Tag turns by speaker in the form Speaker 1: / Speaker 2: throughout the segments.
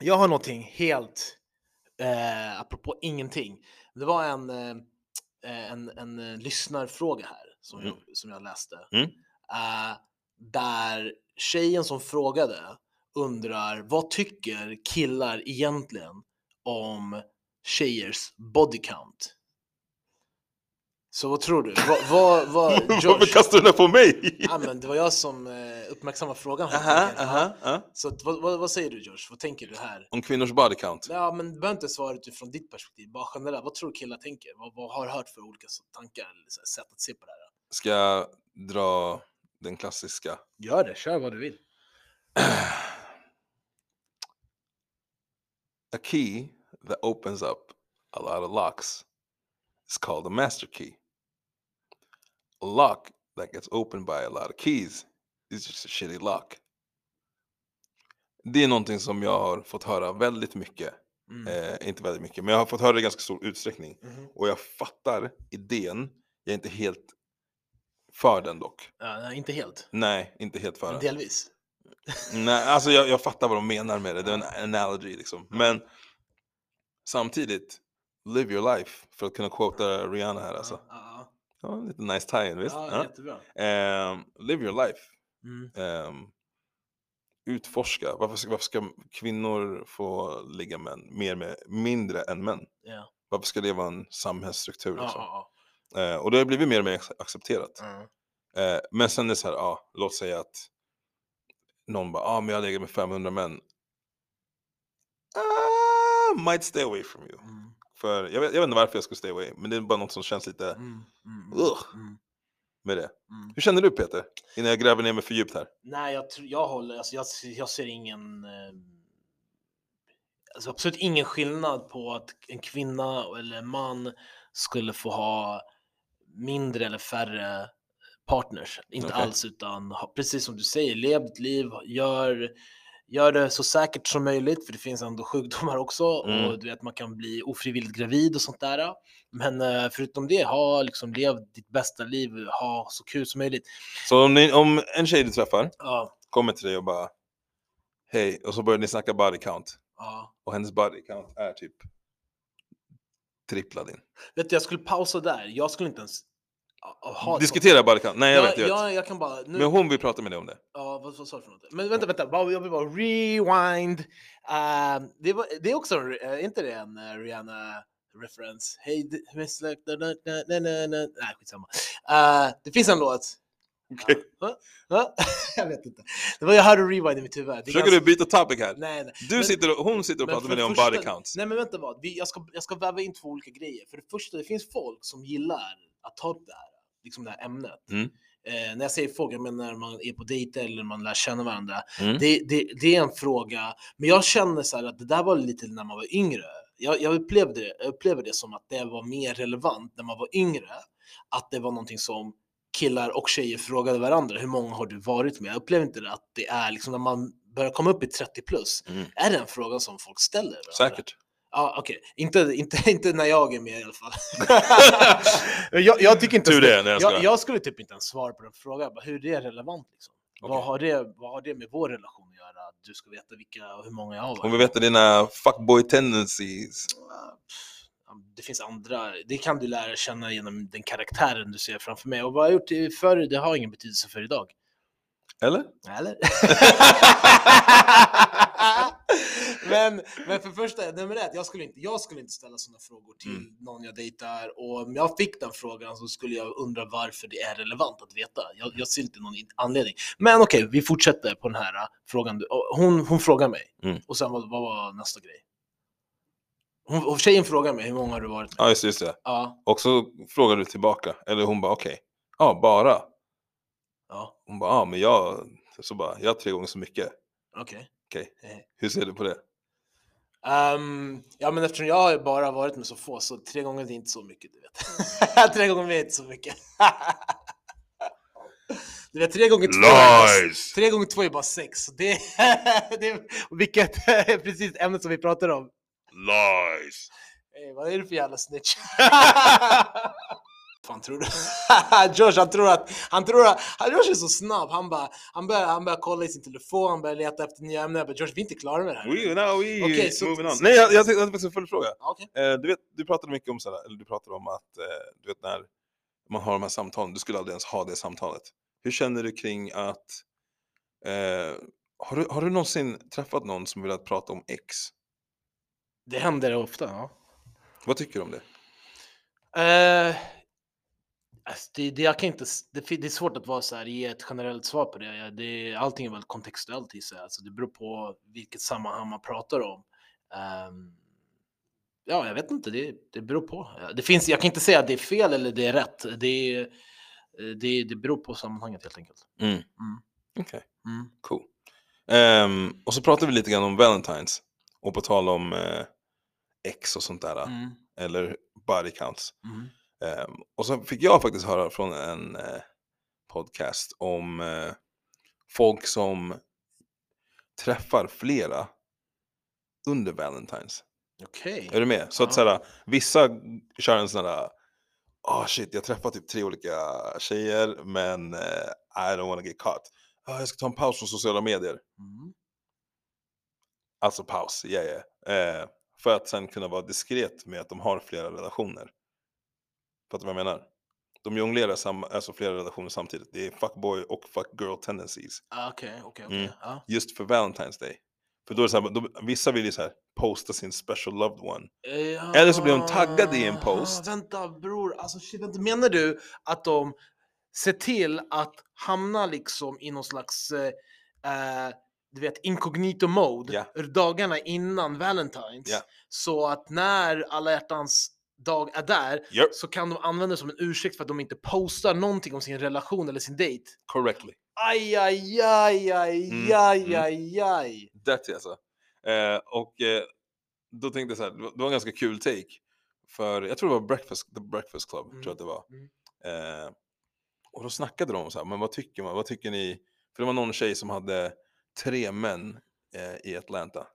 Speaker 1: Jag har någonting helt, eh, apropå ingenting. Det var en, eh, en, en eh, lyssnarfråga här som,
Speaker 2: Mm.
Speaker 1: jag, som jag läste.
Speaker 2: Mm.
Speaker 1: Eh, där tjejen som frågade undrar vad tycker killar egentligen om tjejers body count? Så vad tror du? Vad, vad, vad,
Speaker 2: Varför
Speaker 1: Josh?
Speaker 2: kastar du den här på mig?
Speaker 1: Ja, men det var jag som eh, uppmärksammade frågan. här,
Speaker 2: Aha,
Speaker 1: tänker jag.
Speaker 2: aha, aha.
Speaker 1: Så att, vad, vad, vad säger du Josh? Vad tänker du här?
Speaker 2: Om kvinnors body count?
Speaker 1: Ja, men du behöver inte svara utifrån ditt perspektiv, bara generellt. Vad tror du killar tänker? Vad, vad har du hört för olika så- tankar eller så här sätt att se på det här?
Speaker 2: Ska jag dra den klassiska?
Speaker 1: Gör det, kör vad du vill.
Speaker 2: A key that opens up a lot of locks is called a master key. A lock that gets opened by a lot of keys is just a shitty lock. Det är någonting som jag har fått höra väldigt mycket.
Speaker 1: Mm.
Speaker 2: Eh, inte väldigt mycket, men jag har fått höra det i ganska stor utsträckning.
Speaker 1: Mhm.
Speaker 2: Och jag fattar idén. Jag är inte helt för den dock.
Speaker 1: Ja, nej, inte helt,
Speaker 2: Nej, inte helt för
Speaker 1: men
Speaker 2: den.
Speaker 1: delvis.
Speaker 2: Nej, alltså jag, jag fattar vad de menar med det. Det är en analogy liksom. Men samtidigt, live your life. För att kunna quota Rihanna här alltså.
Speaker 1: Ja, ja,
Speaker 2: Ja, lite nice tie-in, visst?
Speaker 1: ja,
Speaker 2: Ja.
Speaker 1: jättebra.
Speaker 2: Ehm, live your life.
Speaker 1: Mm.
Speaker 2: Ehm, utforska. Varför ska, varför ska kvinnor få ligga män, mer med, mindre än män?
Speaker 1: Ja.
Speaker 2: Varför ska det vara en samhällsstruktur?
Speaker 1: Ja,
Speaker 2: Liksom?
Speaker 1: ja,
Speaker 2: Eh, och det har blivit mer och mer ac- accepterat.
Speaker 1: ja. Mm.
Speaker 2: Eh, men sen är det så här, ja, låt säga att någon bara, ah, men jag har legat med 500 män. Ah, might stay away from you.
Speaker 1: Mm.
Speaker 2: För jag vet, jag vet inte varför jag skulle stay away, men det är bara något som känns lite
Speaker 1: Mm. Mm.
Speaker 2: Ugh.
Speaker 1: Mm.
Speaker 2: med det.
Speaker 1: Mm.
Speaker 2: Hur känner du Peter? Innan jag gräver ner mig för djupt här.
Speaker 1: Nej, jag, tr- jag håller, alltså jag, ser- jag ser ingen, eh, alltså absolut ingen skillnad på att en kvinna eller en man skulle få ha mindre eller färre partners. Inte
Speaker 2: Okej.
Speaker 1: alls, utan ha- precis som du säger, lev ditt liv, gör, gör det så säkert som möjligt, för det finns ändå sjukdomar också
Speaker 2: Mm.
Speaker 1: och du vet, man kan bli ofrivilligt gravid och sånt där. Men eh, förutom det, ha liksom, lev ditt bästa liv, ha så kul som möjligt.
Speaker 2: Så om, ni, om en tjej du träffar
Speaker 1: Ja,
Speaker 2: kommer till dig och bara, hej, och så börjar ni snacka body count.
Speaker 1: ja.
Speaker 2: Och hennes body count är typ trippla din.
Speaker 1: Vet du, jag skulle pausa där. Jag skulle inte ens a- a- ha ett
Speaker 2: Diskutera body count. Nej, jag
Speaker 1: sånt.
Speaker 2: vet, jag vet.
Speaker 1: Jag, jag kan bara... Nu,
Speaker 2: Men hon vill prata med dig om det.
Speaker 1: ja, vad, vad sa du för något? Men vänta, vänta. bara- Jag vill bara rewind. Ehm, det, var, det är också, en- eh, inte det en eh, Rihanna reference? Hey, d- miss like... da- da- da- da- da- da. Nej, skitsamma. Eh, det finns en låt.
Speaker 2: Okej.
Speaker 1: Va? Va? jag vet inte. Det var jag hörde rewind i mitt huvud. Det är
Speaker 2: Försöker
Speaker 1: ganska-
Speaker 2: du byta topic här?
Speaker 1: Nej, nej.
Speaker 2: Du
Speaker 1: Men-
Speaker 2: sitter och, hon sitter och
Speaker 1: men
Speaker 2: pratar
Speaker 1: för
Speaker 2: med dig om
Speaker 1: första-
Speaker 2: body counts.
Speaker 1: Nej men vänta vad, vi, jag, ska, jag ska väva in två olika grejer. För det första, det finns folk som gillar att ta upp det här, liksom det här ämnet.
Speaker 2: Mm.
Speaker 1: Eh, när jag säger folk, jag menar när man är på dejter eller man lär känna varandra.
Speaker 2: Mm.
Speaker 1: Det, det, det är en fråga, men jag känner så här att det där var lite när man var yngre. Jag, jag, upplevde det, jag upplevde det som att det var mer relevant när man var yngre. Att det var någonting som killar och tjejer frågade varandra, hur många har du varit med? Jag upplever inte det att det är liksom när man börjar komma upp i 30 plus,
Speaker 2: Mm.
Speaker 1: är det en fråga som folk ställer? varandra?
Speaker 2: Säkert.
Speaker 1: Ja, okej. Inte, inte, inte när jag är med i alla fall. jag, jag tycker inte...
Speaker 2: Tur det, nej, jag
Speaker 1: jag,
Speaker 2: skojar.
Speaker 1: jag, skulle typ inte ens svara på den frågan. Jag bara, Hur är det relevant? Liksom? Vad,
Speaker 2: Okej.
Speaker 1: har det, vad har det med vår relation att göra? Du ska veta vilka och hur många jag har
Speaker 2: Hon
Speaker 1: varit
Speaker 2: vill veta dina fuckboy tendencies.
Speaker 1: det finns andra, det kan du lära känna genom den karaktären du ser framför mig. Och vad jag har gjort förr, det har ingen betydelse för idag.
Speaker 2: Eller?
Speaker 1: Eller? men, men för första, nummer ett, jag skulle inte, jag skulle inte ställa sådana frågor till
Speaker 2: Mm.
Speaker 1: någon jag dejtar och om jag fick den frågan så skulle jag undra varför det är relevant att veta. Jag, jag ser inte någon in- anledning. Men okej, vi fortsätter på den här ä, frågan. Du- och Hon, hon frågar mig
Speaker 2: Mm.
Speaker 1: och sen vad, vad var nästa grej? Hon, och tjejen frågar mig hur många har du varit med?
Speaker 2: Ja, just det, just det.
Speaker 1: Ja,
Speaker 2: Och så frågar du tillbaka. Eller hon bara, okej. Ja, bara.
Speaker 1: ja,
Speaker 2: Hon bara, ja, men jag... Så bara, jag har tre gånger så mycket.
Speaker 1: okej.
Speaker 2: Okej.
Speaker 1: Eh.
Speaker 2: Hur ser du på det?
Speaker 1: Ehm, ja men eftersom jag har ju bara varit med så få så tre gånger det är inte så mycket du vet. tre gånger mer är inte så mycket. du vet tre gånger två är bara, tre gånger två är bara sex. Så det, det är- vilket är precis ämnet som vi pratar om.
Speaker 2: Lies!
Speaker 1: Ey, vad är det för jävla snitch? Fan, han tror Josh, han tror att, han tror att, han, Josh är så snabb. Han bara, han börjar, han börjar kolla i sin telefon, han börjar leta efter nya ämnen. Jag bara, Josh vi är inte klara med det här.
Speaker 2: We, now we
Speaker 1: Okej, så-
Speaker 2: moving on.
Speaker 1: så-
Speaker 2: Nej, jag, jag tänkte jag hade faktiskt en följdfråga.
Speaker 1: Ja, Okej.
Speaker 2: Eh, du, vet, du pratade mycket om sådär, eller du pratade om att eh, du vet när man har de här samtalen, du skulle aldrig ens ha det samtalet. Hur känner du kring att, eh, har, du, har du någonsin träffat någon som vill att prata om X?
Speaker 1: Det händer ofta, ja.
Speaker 2: Vad tycker du om det?
Speaker 1: Eh, alltså det, det, jag kan inte, s- det, fin- det är svårt att vara så här, ge ett generellt svar på det. Jag- det allting är väl kontextuellt i sig, alltså det beror på vilket sammanhang man pratar om. Ehm, ja, jag vet inte, det, det beror på. Eh, Det finns, jag kan inte säga att det är fel eller det är rätt. Det, är- eh, det, det beror på sammanhanget helt enkelt.
Speaker 2: Okej,
Speaker 1: Mm.
Speaker 2: cool. Ehm, och så pratade vi lite grann om Valentines och på tal om eh, X och sånt där,
Speaker 1: Mm.
Speaker 2: eller body counts.
Speaker 1: Mm.
Speaker 2: Ehm, och så fick jag faktiskt höra från en eh, podcast om eh, folk som träffar flera under Valentine's.
Speaker 1: Okej.
Speaker 2: Är du med? Så att
Speaker 1: Ja.
Speaker 2: såhär, vissa kör en sån här, ah shit, jag träffar typ tre olika tjejer men eh, I don't wanna get caught. Ah, jag ska ta en paus från sociala medier.
Speaker 1: Mm.
Speaker 2: Alltså paus, ja yeah, yeah. eh, För att sen kunna vara diskret med att de har flera relationer. Fattar du vad jag menar? De jonglerar sam- alltså flera relationer samtidigt. Det är fuckboy och fuckgirl tendencies.
Speaker 1: Ah, Okej, okej,
Speaker 2: Mm.
Speaker 1: okej. Ja,
Speaker 2: Just för Valentine's Day. För då är det så här, de, vissa vill ju så här posta sin special loved one. Eller så blir de taggade i en
Speaker 1: Ah,
Speaker 2: post.
Speaker 1: Vänta bror, alltså shit, vänta, menar du att de ser till att hamna liksom i någon slags, eh, eh, du vet, incognito mode
Speaker 2: Ja.
Speaker 1: dagarna innan Valentine's?
Speaker 2: Ja.
Speaker 1: Så att när alla hjärtans dag är där
Speaker 2: Yep,
Speaker 1: så kan de använda det som en ursäkt för att de inte postar någonting om sin relation eller sin dejt.
Speaker 2: correctly.
Speaker 1: Aj, aj, aj, aj,
Speaker 2: Mm,
Speaker 1: aj,
Speaker 2: mm.
Speaker 1: aj, aj.
Speaker 2: That's it alltså. Eh, och eh, då tänkte jag så här, det var- det var en ganska kul take. För jag tror det var Breakfast, The Breakfast Club, tror jag
Speaker 1: Mm,
Speaker 2: att det var.
Speaker 1: mm.
Speaker 2: Eh, och då snackade de om så här, men vad tycker man, vad tycker ni? För det var någon tjej som hade tre män eh, i Atlanta.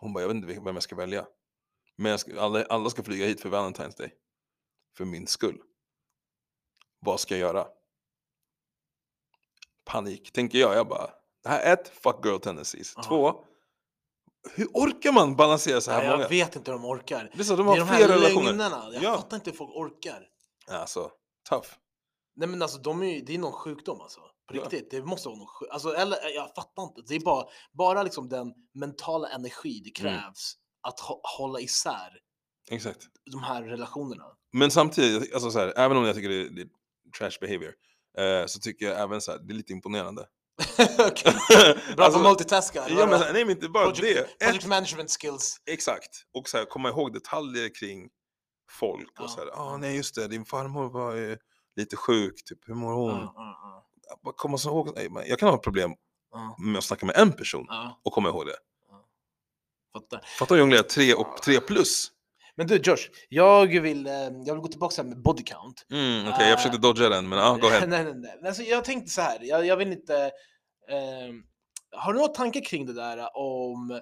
Speaker 2: Hon bara, jag vet inte vilka- vem jag ska välja. Men jag ska, alla, alla ska flyga hit för Valentine's Day. För min skull. Vad ska jag göra? Panik, tänker jag. Jag bara, det här är ett, fuck girl tendencies.
Speaker 1: Ja.
Speaker 2: Två, hur orkar man balansera så här
Speaker 1: Ja, jag
Speaker 2: många?
Speaker 1: vet inte hur de orkar.
Speaker 2: Det är så, de
Speaker 1: Det
Speaker 2: har
Speaker 1: är de
Speaker 2: flera
Speaker 1: här
Speaker 2: relationer.
Speaker 1: lögnarna, jag
Speaker 2: Ja.
Speaker 1: fattar inte hur folk orkar.
Speaker 2: Alltså, tough.
Speaker 1: Nej men alltså de är ju, det är någon sjukdom alltså. På
Speaker 2: Ja.
Speaker 1: riktigt, det måste vara någon sjukdom. Alltså, eller eh, jag fattar inte. Det är bara, bara liksom den mentala energi det
Speaker 2: Mm.
Speaker 1: krävs att hå- hålla isär
Speaker 2: Exakt.
Speaker 1: de här relationerna.
Speaker 2: Men samtidigt, alltså så här, även om jag tycker det är, det är trash behavior, eh, så tycker jag även så här, det är lite imponerande.
Speaker 1: Okej. Bra
Speaker 2: Alltså,
Speaker 1: på multitaska. eller
Speaker 2: ja, men,
Speaker 1: vadå?
Speaker 2: så här, nej men inte bara det.
Speaker 1: project,
Speaker 2: Ett,
Speaker 1: project management skills.
Speaker 2: exakt. Och så här, komma ihåg detaljer kring folk. Och
Speaker 1: Ja.
Speaker 2: så här, ah, nej just det, din farmor var ju lite sjuk, typ hur mår hon?
Speaker 1: Ja, ja, ja,
Speaker 2: Bara komma så ihåg, nej, men jag kan ha problem
Speaker 1: ja,
Speaker 2: med att snacka med en person
Speaker 1: ja,
Speaker 2: och komma ihåg det.
Speaker 1: fattar.
Speaker 2: Fattar du jonglera tre och tre plus?
Speaker 1: Men du Josh, jag vill, eh, jag vill gå tillbaka med body count.
Speaker 2: Mm, Okej, jag försökte
Speaker 1: Ah.
Speaker 2: dodga den, men ja, gå ahead.
Speaker 1: nej, nej, nej. Men Alltså, jag tänkte så här, jag, jag vill inte... ehm, har du några tankar kring det där eh, om...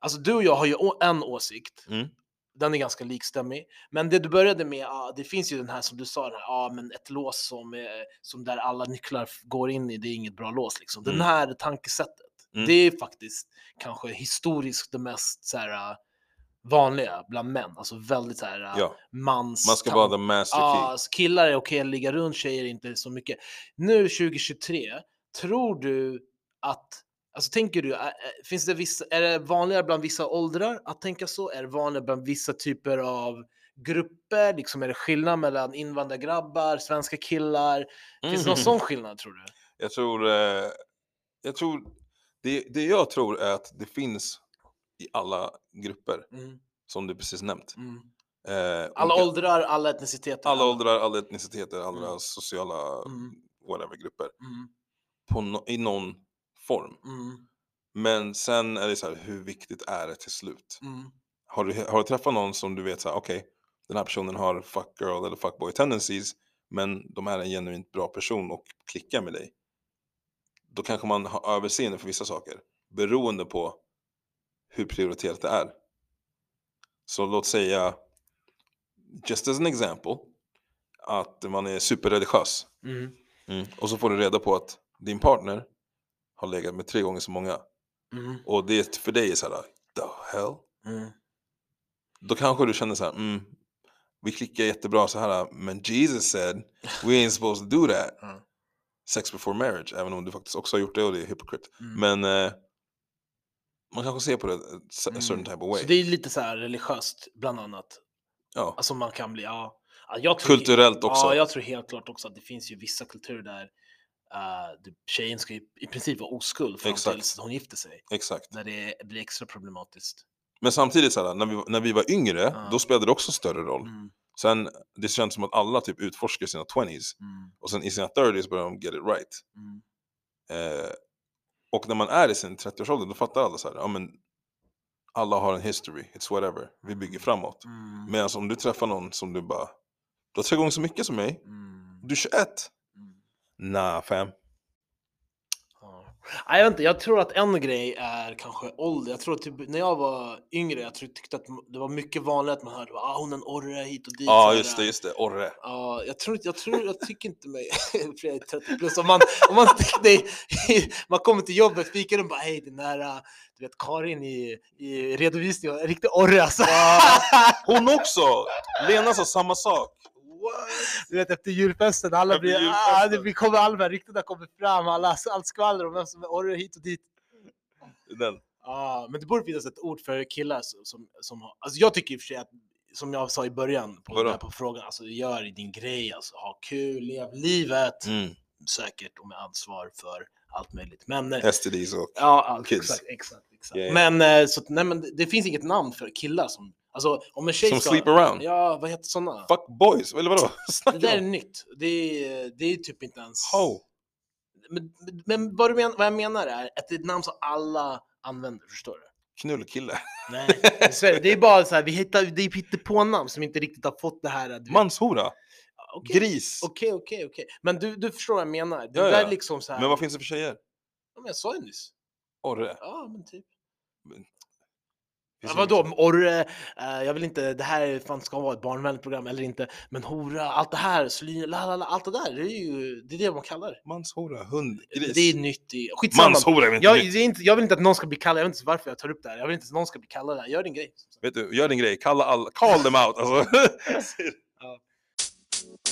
Speaker 1: Alltså du och jag har ju å- en åsikt.
Speaker 2: Mm.
Speaker 1: Den är ganska likstämmig. Men det du började med, ah, det finns ju den här som du sa, den här, ah, men ett lås som, eh, som där alla nycklar f- går in i, det är inget bra lås. Liksom. Den
Speaker 2: Mm.
Speaker 1: här tankesättet,
Speaker 2: Mm.
Speaker 1: det är faktiskt kanske historiskt det mest så här, eh, vanliga bland män. Alltså väldigt så här, eh,
Speaker 2: Ja,
Speaker 1: mans...
Speaker 2: man ska vara the master
Speaker 1: Ja,
Speaker 2: key.
Speaker 1: alltså killar är okej att ligga runt, tjejer är inte så mycket. Nu 2023, tror du att, alltså tänker du, ä- ä- finns det vissa, är det vanligare bland vissa åldrar att tänka så? Är det vanligare bland vissa typer av grupper? Liksom är det skillnad mellan invandrargrabbar, svenska killar? Finns det någon
Speaker 2: Mhm.
Speaker 1: sån skillnad tror du?
Speaker 2: Jag tror, eh, jag tror det, det jag tror är att det finns i alla grupper
Speaker 1: Mm,
Speaker 2: som du precis nämnt.
Speaker 1: mm.
Speaker 2: Eh,
Speaker 1: Alla
Speaker 2: olika-
Speaker 1: åldrar, alla etniciteter?
Speaker 2: alla åldrar, alla etniciteter, alla
Speaker 1: Mm.
Speaker 2: sociala
Speaker 1: Mm,
Speaker 2: whatever grupper
Speaker 1: mm,
Speaker 2: på nå- i någon form.
Speaker 1: mm,
Speaker 2: Men sen är det så här, hur viktigt är det till slut?
Speaker 1: mm,
Speaker 2: Har du, har du träffat någon som du vet så här, okej, den här personen har fuck girl eller fuck boy tendencies, men de är en genuint bra person och klickar med dig. Då kanske man har överseende för vissa saker, beroende på hur prioriterat det är. Så låt säga, just as an example, att man är superreligiös.
Speaker 1: Mm.
Speaker 2: Och så får du reda på att din partner har legat med tre gånger så många.
Speaker 1: Mm.
Speaker 2: Och det för dig är så här, the hell?
Speaker 1: Mm.
Speaker 2: Då kanske du känner så här, mm, vi klickar jättebra så här, men Jesus said we ain't supposed to do that.
Speaker 1: Ja.
Speaker 2: Sex before marriage, även om du faktiskt också har gjort det och det är hypocrite.
Speaker 1: Mm.
Speaker 2: Men eh, man kanske ser på det a s- a
Speaker 1: Mm.
Speaker 2: certain type of way.
Speaker 1: Så det är lite så här religiöst bland annat.
Speaker 2: ja.
Speaker 1: Alltså man kan bli, ja. ja, jag tror-
Speaker 2: Kulturellt också.
Speaker 1: Ja, jag tror helt klart också att det finns ju vissa kulturer där eh, du- tjejen ska i, i princip vara oskuld fram
Speaker 2: Exakt.
Speaker 1: tills hon gifter sig.
Speaker 2: Exakt.
Speaker 1: Där det blir extra problematiskt.
Speaker 2: Men samtidigt, så här, när, vi, när vi var yngre,
Speaker 1: Ja.
Speaker 2: då spelade det också större roll.
Speaker 1: Mm,
Speaker 2: Sen, det känns som att alla typ utforskar sina 20s.
Speaker 1: mm,
Speaker 2: Och sen i sina 30s börjar de get it right.
Speaker 1: mm,
Speaker 2: Eh, och när man är i sin 30-årsålder, då fattar alla så här, ja men alla har en history, it's whatever, vi bygger framåt.
Speaker 1: mm,
Speaker 2: Medan om du träffar någon som du bara, du har tre gånger så mycket som mig,
Speaker 1: mm,
Speaker 2: du är 21.
Speaker 1: mm.
Speaker 2: Nah fam.
Speaker 1: Ja. Nej, jag, vet inte, jag tror att en grej är kanske ålder. Jag tror att typ, när jag var yngre, jag tror, tyckte att det var mycket vanligt att man hörde ah, hon är en orre hit och dit.
Speaker 2: Ja
Speaker 1: så här.
Speaker 2: just det, just det, orre.
Speaker 1: Ja, jag tror inte, jag tror, jag tycker inte mig, för jag är 30 plus, om man, om man, nej, man kommer till jobbet, fikar och bara hej den där, äh, du vet Karin i, i redovisningen, en riktig orre alltså.
Speaker 2: Hon också! Lena sa samma sak. What?
Speaker 1: Du vet efter julfesten, alla
Speaker 2: Efter
Speaker 1: blir, ah,
Speaker 2: julfesten.
Speaker 1: det blir, kommer alla de här ryktena kommer fram, alla, allt skvaller om vem som är orre hit och dit.
Speaker 2: Den.
Speaker 1: Ja, men det borde finnas ett ord för killar som, som, som har, alltså jag tycker i och för sig att, som jag sa i början på,
Speaker 2: Vadå?
Speaker 1: där på frågan, alltså gör din grej, alltså ha kul, lev livet,
Speaker 2: Mm.
Speaker 1: säkert och med ansvar för allt möjligt. Men, eh,
Speaker 2: STDs och...
Speaker 1: ja, allt,
Speaker 2: Kids.
Speaker 1: exakt, exakt, exakt.
Speaker 2: Ja, ja.
Speaker 1: Men, eh, så, att- nej, men det, det finns inget namn för killar som, alltså om en tjej
Speaker 2: Som
Speaker 1: ska,
Speaker 2: sleep around.
Speaker 1: ja, vad heter sådana?
Speaker 2: Fuck boys, eller vadå?
Speaker 1: Det
Speaker 2: Snackar
Speaker 1: där är
Speaker 2: du om?
Speaker 1: nytt, det är, det är typ inte ens...
Speaker 2: Ho.
Speaker 1: Men, men- men vad, du men, vad jag menar är att det är ett namn som alla använder, förstår du?
Speaker 2: Knullkille.
Speaker 1: Nej, i Sverige, det är bara så här, vi hittar, det är hittepånamn som inte riktigt har fått det här. att-
Speaker 2: Manshora.
Speaker 1: Okej,
Speaker 2: Gris.
Speaker 1: Okej, okej, okej. Men du, du förstår vad jag menar. Det
Speaker 2: Ja, ja.
Speaker 1: där är liksom så här.
Speaker 2: Men vad finns det för tjejer?
Speaker 1: Ja, men jag sa ju nyss.
Speaker 2: Orre.
Speaker 1: Ja, men typ.
Speaker 2: Finns
Speaker 1: Ja,
Speaker 2: det
Speaker 1: vadå, orre, eh, jag vill inte, det här fan ska vara ett barnvänligt program eller inte, men hora, allt det här, sly, la, la, la, allt det där, det är ju det, är det man kallar det.
Speaker 2: Manshora, hund, gris.
Speaker 1: Det är nytt, det är, skitsamma.
Speaker 2: Manshora är väl inte
Speaker 1: Jag,
Speaker 2: nytt?
Speaker 1: det är inte, jag vill inte att någon ska bli kallad, jag vet inte varför jag tar upp det här, jag vill inte att någon ska bli kallad det här, gör din grej.
Speaker 2: Vet du, gör din grej. Kalla alla. Call them out. Alltså.
Speaker 1: Ja.